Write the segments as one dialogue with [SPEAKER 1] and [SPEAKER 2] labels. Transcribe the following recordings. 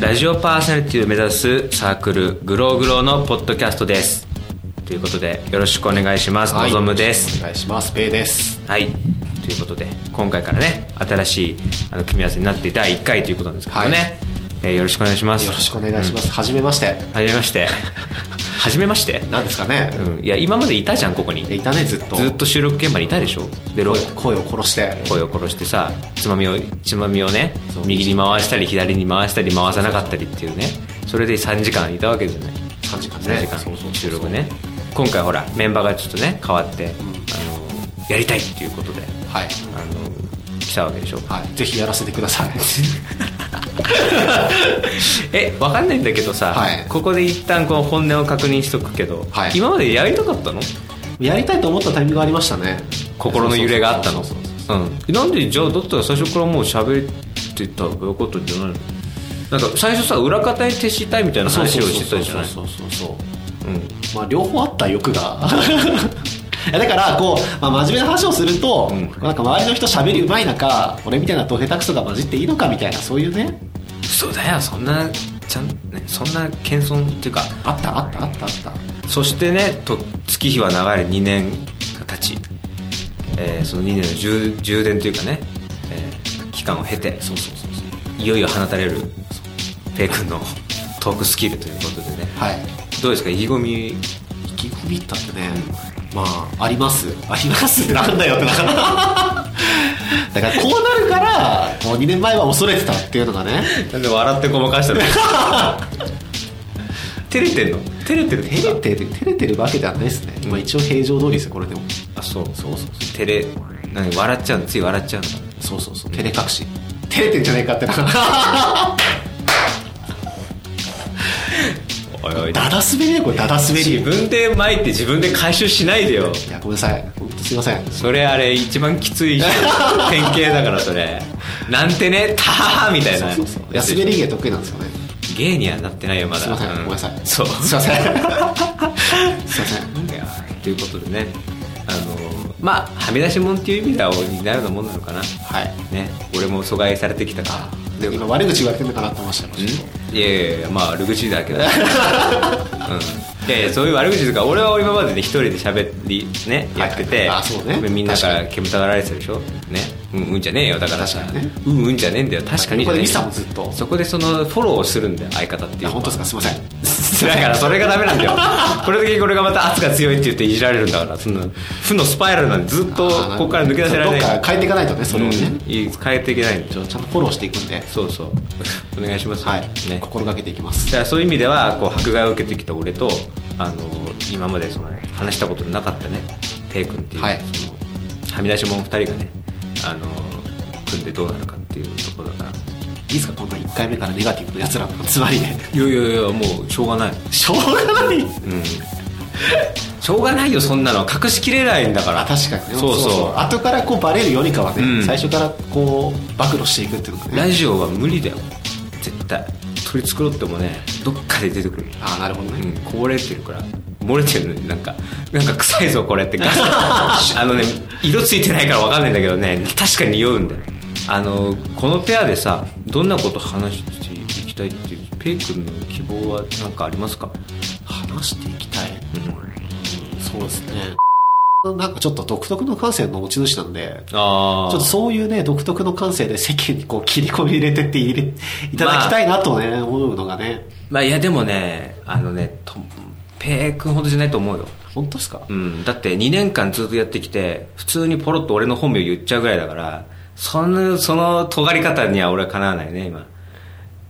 [SPEAKER 1] ラジオパーソナリティを目指すサークルグローグローのポッドキャストですということでよろしくお願いします、
[SPEAKER 2] はい
[SPEAKER 1] のぞむです
[SPEAKER 2] お願いしますペイです
[SPEAKER 1] はいということで今回からね新しいあの組み合わせになって第1回ということなんですけどね、
[SPEAKER 2] はい
[SPEAKER 1] えーよろしくお願いします
[SPEAKER 2] よろしくお願いしますはじめまして
[SPEAKER 1] はじめまして はじめまして
[SPEAKER 2] なんですかね
[SPEAKER 1] うんいや今までいたじゃんここに
[SPEAKER 2] いたねずっと
[SPEAKER 1] ずっと収録現場にいたでしょでロ
[SPEAKER 2] 声声を殺して
[SPEAKER 1] 声を殺してさつまみをつまみをね
[SPEAKER 2] そう
[SPEAKER 1] 右に回したり左に回したり回さなかったりっていうねそれで3時間いたわけじゃない
[SPEAKER 2] 3時間ね
[SPEAKER 1] 3時
[SPEAKER 2] そうそうそ
[SPEAKER 1] 間
[SPEAKER 2] う
[SPEAKER 1] 収録ね今回ほらメンバーがちょっとね変わって、あのやりたいっていうことで
[SPEAKER 2] は
[SPEAKER 1] あ
[SPEAKER 2] い
[SPEAKER 1] の来たわけでしょ
[SPEAKER 2] はいぜひやらせてください
[SPEAKER 1] えわかんないんだけどさ、
[SPEAKER 2] はい
[SPEAKER 1] ここで一旦この本音を確認しとくけど、
[SPEAKER 2] はい
[SPEAKER 1] 今までやりたかったの
[SPEAKER 2] やりたいと思ったタイミングがありましたね
[SPEAKER 1] 心の揺れがあったの
[SPEAKER 2] そうそうそう
[SPEAKER 1] うんなんでじゃあだったら最初からもう喋ってたらよかったんじゃないのなんか最初さ裏方に徹したいみたいな
[SPEAKER 2] そう
[SPEAKER 1] 話
[SPEAKER 2] そう
[SPEAKER 1] を
[SPEAKER 2] そう
[SPEAKER 1] してたじゃない
[SPEAKER 2] そうそうそうそう
[SPEAKER 1] うん
[SPEAKER 2] まあ両方あった欲が いやだからこう、まあ、真面目な話をすると、
[SPEAKER 1] うん
[SPEAKER 2] なんか周りの人喋りうまい中俺みたいなと下手くそが混じっていいのかみたいなそういうね
[SPEAKER 1] そうだよそんなちゃん、ね、そんな謙遜っていうか
[SPEAKER 2] あったあったあったあった
[SPEAKER 1] そしてねと月日は流れ2年が経ち、えーその2年の充充電というかね、えー期間を経てそうそうそうそういよいよ放たれるペイ君のトークスキルということでね
[SPEAKER 2] はい
[SPEAKER 1] どうですか意気込み
[SPEAKER 2] 意気込みったってねまあありますありますって なんだよってな だからこうなるからもう2年前は恐れてたっていうのがね
[SPEAKER 1] なんで笑ってごまか したの照れてんの照れてる
[SPEAKER 2] 照れてる照れてるわけではないですね、まあ、一応平常通りですよこれでも
[SPEAKER 1] あそう
[SPEAKER 2] そうそうそう
[SPEAKER 1] 照れ何笑っちゃうのつい笑っちゃうの
[SPEAKER 2] そうそうそう照れ隠し照れてんじゃねえかってな
[SPEAKER 1] おいおい
[SPEAKER 2] ダダ滑りねこれダダ滑り
[SPEAKER 1] 自分で巻いて自分で回収しないでよ
[SPEAKER 2] いやごめんなさい本当すいません
[SPEAKER 1] それあれ一番きつい 人典型だからそれなんてねたははみたいな
[SPEAKER 2] そうそうそう安滑り芸得意なんですよね
[SPEAKER 1] 芸にはなってないよます
[SPEAKER 2] い
[SPEAKER 1] だ
[SPEAKER 2] ません
[SPEAKER 1] う
[SPEAKER 2] ごめんなさい
[SPEAKER 1] そう
[SPEAKER 2] すい ませんすいません
[SPEAKER 1] いやということでねあのまあはみ出しもんっていう意味ではになるようなもんなのかな
[SPEAKER 2] はい
[SPEAKER 1] ね俺も阻害されてきたか
[SPEAKER 2] あ
[SPEAKER 1] ら
[SPEAKER 2] で
[SPEAKER 1] で
[SPEAKER 2] も
[SPEAKER 1] も
[SPEAKER 2] 今悪口言われてんのかなって思いましたよ
[SPEAKER 1] いやいやいやまあ悪口だけ ど、うん、いやいやそういう悪口とか俺は今までね一人で喋りね
[SPEAKER 2] はい
[SPEAKER 1] やってて、
[SPEAKER 2] あそうね
[SPEAKER 1] みんなか
[SPEAKER 2] 確から
[SPEAKER 1] 煙たがられてたでしょねうんうんじゃねえよだからさ、
[SPEAKER 2] 確かにね
[SPEAKER 1] うんうんじゃねえんだよ確かにじゃね
[SPEAKER 2] これ
[SPEAKER 1] え
[SPEAKER 2] ミ
[SPEAKER 1] よ
[SPEAKER 2] サもずっと
[SPEAKER 1] そこでそのフォローをするんだよ相方って
[SPEAKER 2] い
[SPEAKER 1] い
[SPEAKER 2] や
[SPEAKER 1] うの
[SPEAKER 2] 本当ですかすいません
[SPEAKER 1] だからそれがダメなんだよこれだけこれがまた圧が強いって言っていじられるんだからその負のスパイラルなんでずっと
[SPEAKER 2] あー
[SPEAKER 1] ここから抜け出せられない
[SPEAKER 2] どっか変えていかないとねそれをね、
[SPEAKER 1] うんいい変えていけないんで
[SPEAKER 2] ち
[SPEAKER 1] しょ
[SPEAKER 2] ょちゃんとフォローしていくんで
[SPEAKER 1] そうそうお願いしますよ
[SPEAKER 2] はい、
[SPEAKER 1] ね
[SPEAKER 2] 心がけていきます
[SPEAKER 1] だからそういう意味ではこう迫害を受けてきた俺とあの今までその話したことのなかったねペイ君っていう、
[SPEAKER 2] はい
[SPEAKER 1] そのはみ出し者2人がねあの組んでどうなるかっていうところだから
[SPEAKER 2] いいですかこんな1回目からネガティブなやつらのつま りね
[SPEAKER 1] いやいやいやもうしょうがない
[SPEAKER 2] しょうがない
[SPEAKER 1] うんしょうがないよそんなの隠しきれないんだから
[SPEAKER 2] あ確かにね
[SPEAKER 1] そうそう
[SPEAKER 2] 後からこうバレるよりかはね、
[SPEAKER 1] うん
[SPEAKER 2] 最初からこう暴露していくっていうのが
[SPEAKER 1] ラ
[SPEAKER 2] ね
[SPEAKER 1] ジオは無理だよ絶対取り繕ってもねどっかで出てくる
[SPEAKER 2] ああなるほど
[SPEAKER 1] う
[SPEAKER 2] ね、
[SPEAKER 1] ん、こぼれてるから漏れてるのになんかなんか臭いぞこれって ガシッあのね色ついてないから分かんないんだけどね確かに匂うんだよあのこのペアでさどんなこと話していきたいっていうペイ君の希望は何かありますか、
[SPEAKER 2] 話していきたい
[SPEAKER 1] うん、
[SPEAKER 2] そうですねなんかちょっと独特の感性の持ち主なんで
[SPEAKER 1] ああ
[SPEAKER 2] ちょっとそういうね、独特の感性で世間にこう切り込み入れてって入れいただきたいなとね、思うのがね。
[SPEAKER 1] まあいやでもねあのねとペイ君ほどじゃないと思うよ
[SPEAKER 2] 本当ですか
[SPEAKER 1] うん、だって2年間ずっとやってきて普通にポロッと俺の本名言っちゃうぐらいだからそのその尖り方には俺はかなわないね今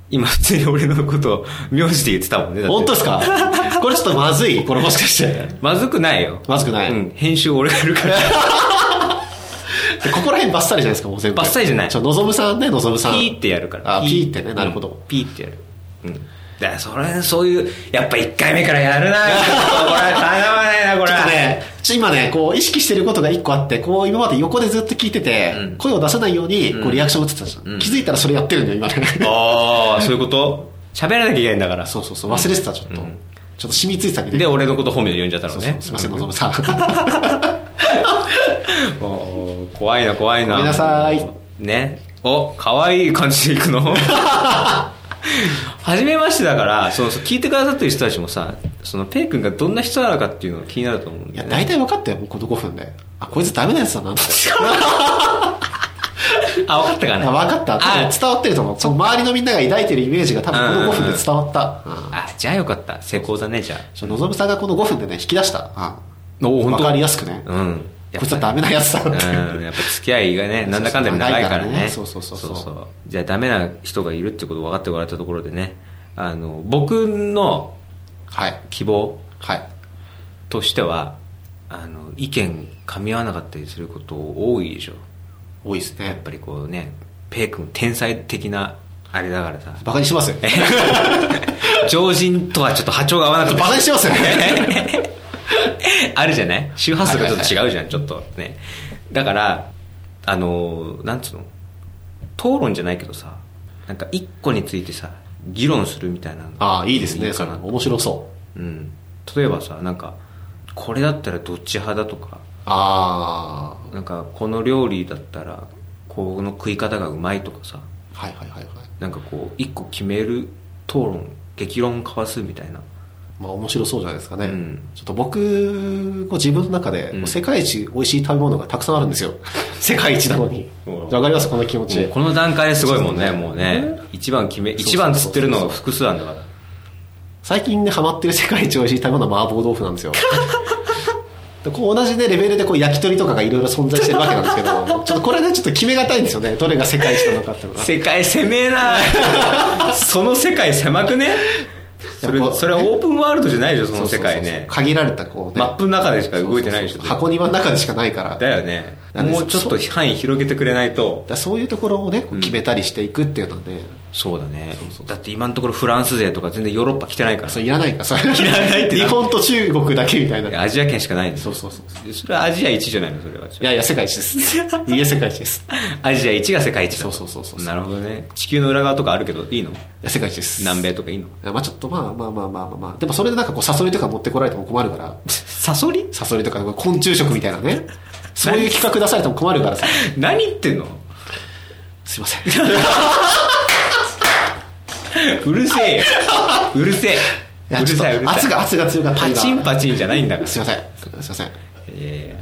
[SPEAKER 1] 今普通に俺のことを名字で言ってたもんねだって
[SPEAKER 2] 本当で すかこれちょっとまずいこれもしかして。
[SPEAKER 1] まずくないよ
[SPEAKER 2] まずくない。
[SPEAKER 1] うん編集俺がやるから
[SPEAKER 2] でここら辺バッサリじゃないですか、もう全部。
[SPEAKER 1] バッサリじゃない
[SPEAKER 2] ちょ、のぞむさんね、のぞむさん。
[SPEAKER 1] ピーってやるから
[SPEAKER 2] あ、ピーってね、なるほ
[SPEAKER 1] うん
[SPEAKER 2] ど。
[SPEAKER 1] ピーってやるうんだからそれそういうやっぱ1回目からやるなこれは叶わないなこれ
[SPEAKER 2] ちょっ
[SPEAKER 1] は
[SPEAKER 2] とね、ちょ今ね、こう、意識してることが一個あって、こう、今まで横でずっと聞いてて、
[SPEAKER 1] うん
[SPEAKER 2] 声を出さないように、こう、リアクションを打ってたじゃん。気づいたらそれやってるんだよ、今ね。
[SPEAKER 1] ああそういうこと喋らなきゃいけないんだから
[SPEAKER 2] そうそうそう、忘れてた、ちょっと。ちょっと染みついてたみたい
[SPEAKER 1] で
[SPEAKER 2] な。
[SPEAKER 1] 俺のこと本名で呼んじゃったの
[SPEAKER 2] そう
[SPEAKER 1] ね
[SPEAKER 2] そうすいません、のぞむさん。
[SPEAKER 1] おー怖いな怖いな
[SPEAKER 2] ごめんなさい
[SPEAKER 1] ねお可愛い感じでいくの 初めましてだからその聞いてくださってる人たちもさそのペイ君がどんな人なのかっていうのが気になると思うん
[SPEAKER 2] い
[SPEAKER 1] だ
[SPEAKER 2] や、
[SPEAKER 1] よね
[SPEAKER 2] 大体分かったよ、もうこの5分で。あ、こいつダメなやつだなって。
[SPEAKER 1] あ分かったか
[SPEAKER 2] あ
[SPEAKER 1] な
[SPEAKER 2] 分かった。多
[SPEAKER 1] あ
[SPEAKER 2] 分伝わってると思う。その周りのみんなが抱いてるイメージが多分この5分で伝わった。うん
[SPEAKER 1] あじゃあよかった成功だねじゃ
[SPEAKER 2] ちょのぞむさんがこの5分でね、引き出した。
[SPEAKER 1] あお
[SPEAKER 2] 分かりやすくね。
[SPEAKER 1] 当うんや
[SPEAKER 2] こい
[SPEAKER 1] っ
[SPEAKER 2] つは
[SPEAKER 1] ぱ
[SPEAKER 2] ダメなやつだなって。
[SPEAKER 1] うん、やっぱ付き合いがね、なんだかんだで長いからね。
[SPEAKER 2] そうそうそうそう
[SPEAKER 1] じゃあダメな人がいるってことを分かってもらったところでね、あの、僕の
[SPEAKER 2] はい。
[SPEAKER 1] 希望
[SPEAKER 2] はい。
[SPEAKER 1] としては、あの、意見噛み合わなかったりすること多いでしょ。
[SPEAKER 2] 多いです
[SPEAKER 1] やっ
[SPEAKER 2] ね。
[SPEAKER 1] ぱりこうね、ペイ君天才的な、あれだから さ、
[SPEAKER 2] バカにしてますよ。
[SPEAKER 1] 常人とはちょっと波長が合わなかった
[SPEAKER 2] バカにしてますよね。
[SPEAKER 1] あるじゃない周波数がちょっと違うじゃん、
[SPEAKER 2] は
[SPEAKER 1] ちょっとねだからあのーなんつうの討論じゃないけどさなんか一個についてさ議論するみたいなの
[SPEAKER 2] ああ、いいですね。
[SPEAKER 1] か
[SPEAKER 2] それ
[SPEAKER 1] な
[SPEAKER 2] 面白そう。
[SPEAKER 1] うん例えばさなんかこれだったらどっち派だとか
[SPEAKER 2] あ
[SPEAKER 1] なんかこの料理だったらこの食い方がうまいとかさ
[SPEAKER 2] あ。はいはいはいはい。
[SPEAKER 1] なんかこう一個決める討論激論交わすみたいな
[SPEAKER 2] まあ面白そうじゃないですかね。
[SPEAKER 1] うん
[SPEAKER 2] ちょっと僕、こう自分の中で、
[SPEAKER 1] うん
[SPEAKER 2] 世界一美味しい食べ物がたくさんあるんで すよ。世界一なのに。
[SPEAKER 1] うん
[SPEAKER 2] わかりますこの気持
[SPEAKER 1] も
[SPEAKER 2] ち
[SPEAKER 1] う。この段階ですごいもんねもうね一番決め
[SPEAKER 2] そうそう
[SPEAKER 1] 一番釣ってるのが複数なんだから
[SPEAKER 2] 最近ね、ハマってる世界一美味しい食べ物は麻婆豆腐なんですよ。 でこう同じね、レベルでこう焼き鳥とかがいろいろ存在してるわけなんです けど、ちょっとこれでちょっと決めがたいんですよね。どれが世界一なのかっていうのが。
[SPEAKER 1] 世界狭えな その世界狭くねそれ
[SPEAKER 2] やっぱ
[SPEAKER 1] それはオープンワールドじゃないでしょその世界
[SPEAKER 2] そうそうそう
[SPEAKER 1] ね
[SPEAKER 2] 限られたこうね。
[SPEAKER 1] マップの中でしか動いてないでしょ
[SPEAKER 2] 箱庭の中でしかないから。
[SPEAKER 1] だよね
[SPEAKER 2] なんで
[SPEAKER 1] もうちょっと範囲広げてくれないと
[SPEAKER 2] だからそういうところをね、こう決めたりしていくっていうのはね、
[SPEAKER 1] そうだねだって今のところフランス勢とか全然ヨーロッパ来てないか
[SPEAKER 2] それいらないから、それ。いら
[SPEAKER 1] ないってな
[SPEAKER 2] 日本と中国だけみたいな。
[SPEAKER 1] らアジア圏しかないんです
[SPEAKER 2] そ
[SPEAKER 1] よ
[SPEAKER 2] うそうそう。
[SPEAKER 1] それはアジア1じゃないのそれはい
[SPEAKER 2] やいや、世界 一です。いや、世界一です。い
[SPEAKER 1] アジア1が世界一だ
[SPEAKER 2] そうそうそうそう
[SPEAKER 1] なるほどね地球の裏側とかあるけどいいの
[SPEAKER 2] や、世界一です。
[SPEAKER 1] 南米とかいいの
[SPEAKER 2] いやまあちょっとまあまあまあまあまあまあ。でもそれでなんかこう、サソリとか持ってこられても困るから、
[SPEAKER 1] サソリ
[SPEAKER 2] サソリとか昆虫食みたいなね。そういう企画出されても困るからさ。
[SPEAKER 1] 何言ってんの
[SPEAKER 2] すいません。
[SPEAKER 1] うるせ えようるせえ
[SPEAKER 2] いうや、
[SPEAKER 1] る
[SPEAKER 2] ちょっ
[SPEAKER 1] さいうる
[SPEAKER 2] と
[SPEAKER 1] さい
[SPEAKER 2] 圧が、圧が強かった
[SPEAKER 1] パ
[SPEAKER 2] 今
[SPEAKER 1] チンパチンじゃないんだから
[SPEAKER 2] すいません。すいません。
[SPEAKER 1] いやいや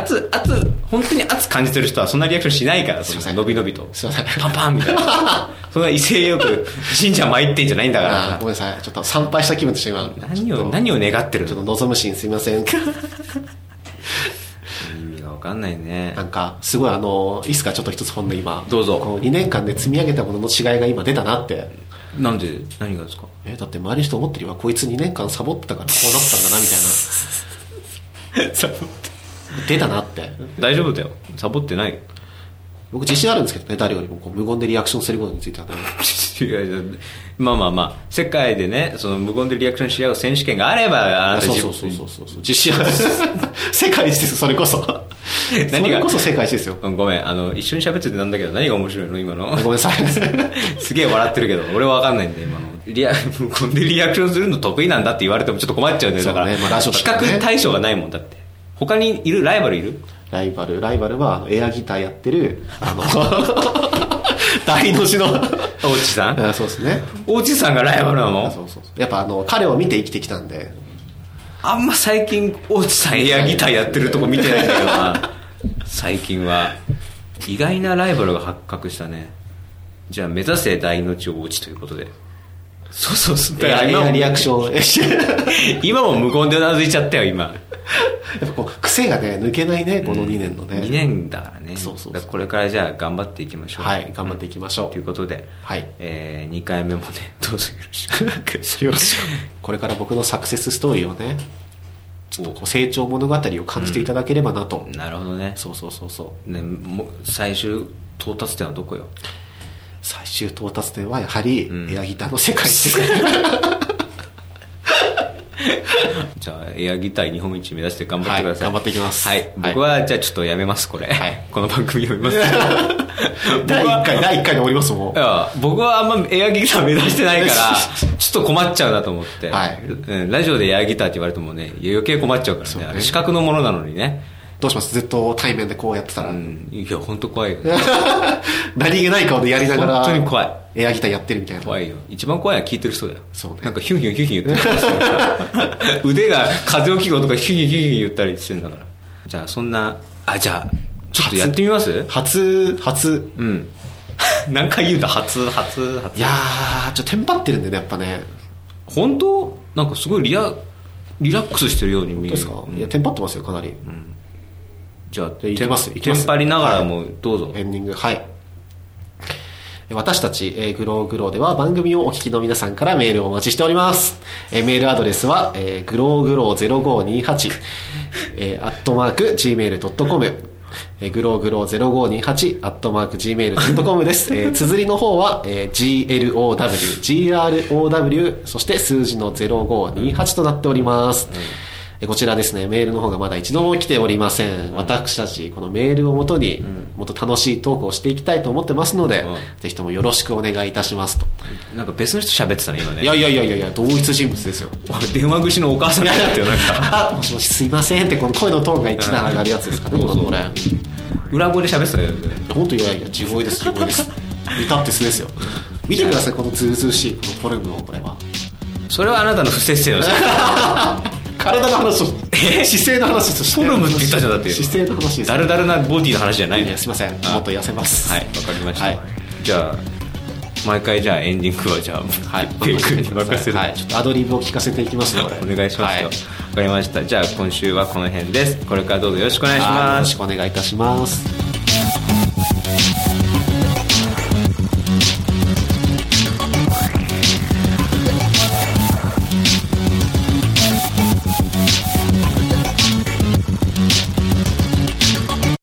[SPEAKER 1] 熱熱本当に熱感じてる人はそんなリアクションしないからそ
[SPEAKER 2] いませ
[SPEAKER 1] の
[SPEAKER 2] ん
[SPEAKER 1] 伸び伸びと
[SPEAKER 2] すいません
[SPEAKER 1] パンパンみたいな そんな威勢よく神社参ってんじゃないんだか
[SPEAKER 2] あー
[SPEAKER 1] ら
[SPEAKER 2] ごめんなさい。ちょっと参拝した気分でした、今。
[SPEAKER 1] 何を何を願ってる
[SPEAKER 2] ちょっ
[SPEAKER 1] の
[SPEAKER 2] と望むシーンすいません。
[SPEAKER 1] 意味が分かんないね
[SPEAKER 2] なんか、すごいあの、いいっすか、ちょっと一つ本で今。
[SPEAKER 1] どうぞ
[SPEAKER 2] こ2年間で積み上げたものの違いが今出たなって。
[SPEAKER 1] なんで何がですか
[SPEAKER 2] え、だって周りの人思ってるよ。こいつ2年間サボってたからこうなったんだな、みたいな。 出たなって。
[SPEAKER 1] 大丈夫だよサボって ないよ
[SPEAKER 2] 僕自信あるんですけどね、誰よりもこう無言でリアクションすることについてはね。
[SPEAKER 1] いやいやまあまあまあ世界でねその無言でリアクションし合う選手権があればあなた
[SPEAKER 2] そう
[SPEAKER 1] 自
[SPEAKER 2] そう
[SPEAKER 1] 分
[SPEAKER 2] そうそうそう。自信ある。世界一です、そ れこそ。
[SPEAKER 1] が
[SPEAKER 2] それこそ世界一ですよ。
[SPEAKER 1] うんごめんあの一緒に喋っててなんだけど何が面白いの今の
[SPEAKER 2] ごめんなさい。
[SPEAKER 1] すげえ笑ってるけど、俺は分かんないんで、今の。リア、こんでリアクションするの得意なんだって言われてもちょっと困っちゃうんだよ。だから、
[SPEAKER 2] そうねまあラジオだ
[SPEAKER 1] 比
[SPEAKER 2] からね
[SPEAKER 1] 較対象がないもんだって。他にいるライバルいる
[SPEAKER 2] ライバル、ライバルはあのエアギターやってる、あ の、大の字の。
[SPEAKER 1] 大地さん
[SPEAKER 2] あそうですね。
[SPEAKER 1] 大地さんがライバルな
[SPEAKER 2] あ
[SPEAKER 1] の
[SPEAKER 2] そうそうそうやっぱあの彼を見て生きてきたんで
[SPEAKER 1] あんま最近、大地さんエアギターやってるとこ見てないんだけどな。最近は。意外なライバルが発覚したね。じゃあ、目指せ大の地を大地ということで。そうそうそう。だ
[SPEAKER 2] エ
[SPEAKER 1] から
[SPEAKER 2] アエ
[SPEAKER 1] 今
[SPEAKER 2] ア
[SPEAKER 1] も
[SPEAKER 2] リアクション や
[SPEAKER 1] 今も無言でうなずいちゃったよ、今。
[SPEAKER 2] っぱこう癖がね抜けないねこの2年のね、
[SPEAKER 1] 2年だからね
[SPEAKER 2] そうそうそう
[SPEAKER 1] だからこれからじゃあ頑張っていきましょう
[SPEAKER 2] はい頑張っていきましょ
[SPEAKER 1] と
[SPEAKER 2] う、
[SPEAKER 1] いうことで、
[SPEAKER 2] はい
[SPEAKER 1] え2回目もね どうぞよろしく
[SPEAKER 2] よろしく これから僕のサクセスストーリーをねちょっとこう成長物語を感じていただければなと、
[SPEAKER 1] なるほどね
[SPEAKER 2] そうそうそうそう
[SPEAKER 1] ねもう最終到達点はどこよ
[SPEAKER 2] 最終到達点はやはり
[SPEAKER 1] ん
[SPEAKER 2] エアギターの世 界です、
[SPEAKER 1] じゃあエアギター日本一目指して頑張ってください、
[SPEAKER 2] はい頑張っていきます
[SPEAKER 1] はい僕はじゃあちょっとやめますこれ、
[SPEAKER 2] はい
[SPEAKER 1] この番組やめ ます 僕
[SPEAKER 2] 第1
[SPEAKER 1] は
[SPEAKER 2] 回第1回で終わりますも
[SPEAKER 1] いや僕はあんまエアギター目指してないから ちょっと困っちゃうなと思って、
[SPEAKER 2] はい
[SPEAKER 1] うんラジオでエアギターって言われてもね余計困っちゃうからね
[SPEAKER 2] そうね
[SPEAKER 1] あれ資格のものなのにね
[SPEAKER 2] どうしますずっと対面でこうやってたら、
[SPEAKER 1] うん、いや本当怖いよ
[SPEAKER 2] 何気ない顔でやりながら
[SPEAKER 1] 本当に怖い
[SPEAKER 2] エアギターやってるみたいな
[SPEAKER 1] 怖いよ一番怖いのは聞いてる人だよ
[SPEAKER 2] そうね
[SPEAKER 1] なんかヒュンヒュンヒュンヒュン言ってる 人腕が風邪を切るとかヒュンヒュンヒュンヒュン言ったりしてんだからじゃあそんなあじゃあちょっとやってみます
[SPEAKER 2] 初初
[SPEAKER 1] うん 何回言うんだ初初初
[SPEAKER 2] いやーちょっとテンパってるんでねやっぱね
[SPEAKER 1] 本当なんかすごいリラリラックスしてるように見え
[SPEAKER 2] どう
[SPEAKER 1] る
[SPEAKER 2] ですか、
[SPEAKER 1] うん
[SPEAKER 2] いやテンパってますよかなり、
[SPEAKER 1] じゃあ
[SPEAKER 2] いきますいきます
[SPEAKER 1] テンパりながらもどうぞ、
[SPEAKER 2] エンディングはいえ私たち、えーグローグローでは番組をお聞きの皆さんからメールをお待ちしております。えーメールアドレスは、えーグローグロー0528、えー、アットマーク gmail.com、えーグローグロー0528、アットマーク gmail.com です。えー綴りの方は、えー glow、grow、そして数字の0528となっております。えこちらですね、メールの方がまだ一度も来ておりません。私たち、このメールをもとに、もっと楽しいトークをしていきたいと思ってますので、
[SPEAKER 1] うん
[SPEAKER 2] ぜひともよろしくお願いいたしますと。
[SPEAKER 1] なんか別の人喋ってたね今ね
[SPEAKER 2] いやいやいやいやいや、同一人物ですよ。
[SPEAKER 1] 俺電話越しのお母さんだったよなんか
[SPEAKER 2] あ、もしもしすいませんって、この声のトーンが一段上がるやつですかね、
[SPEAKER 1] うん
[SPEAKER 2] このこれ。
[SPEAKER 1] 裏声で喋ってたよね
[SPEAKER 2] 本当いやいや、地声です、地声です。至って素ですよ。見てください、このズうずうしい、このフォルムの、これは。
[SPEAKER 1] それはあなたの不摂生の せい
[SPEAKER 2] 体の話を、姿勢の話です
[SPEAKER 1] フォルムって言ったじゃんだって
[SPEAKER 2] 姿勢の話です。
[SPEAKER 1] だるだるなボディの話じゃない
[SPEAKER 2] い
[SPEAKER 1] ね
[SPEAKER 2] やすいません、もっ
[SPEAKER 1] あ
[SPEAKER 2] と痩せます。
[SPEAKER 1] はいわかりました、
[SPEAKER 2] はい
[SPEAKER 1] じゃあ毎回じゃあエンディングはじゃあ
[SPEAKER 2] はい、
[SPEAKER 1] ペイ君に任せる、
[SPEAKER 2] はい、ちょっとアドリブを聞かせていきますので、
[SPEAKER 1] お願いしますよ、
[SPEAKER 2] はい
[SPEAKER 1] わかりましたじゃあ今週はこの辺ですこれからどうぞよろしくお願いし
[SPEAKER 2] あーよ
[SPEAKER 1] ま
[SPEAKER 2] ろ
[SPEAKER 1] す
[SPEAKER 2] しくお願いいたします。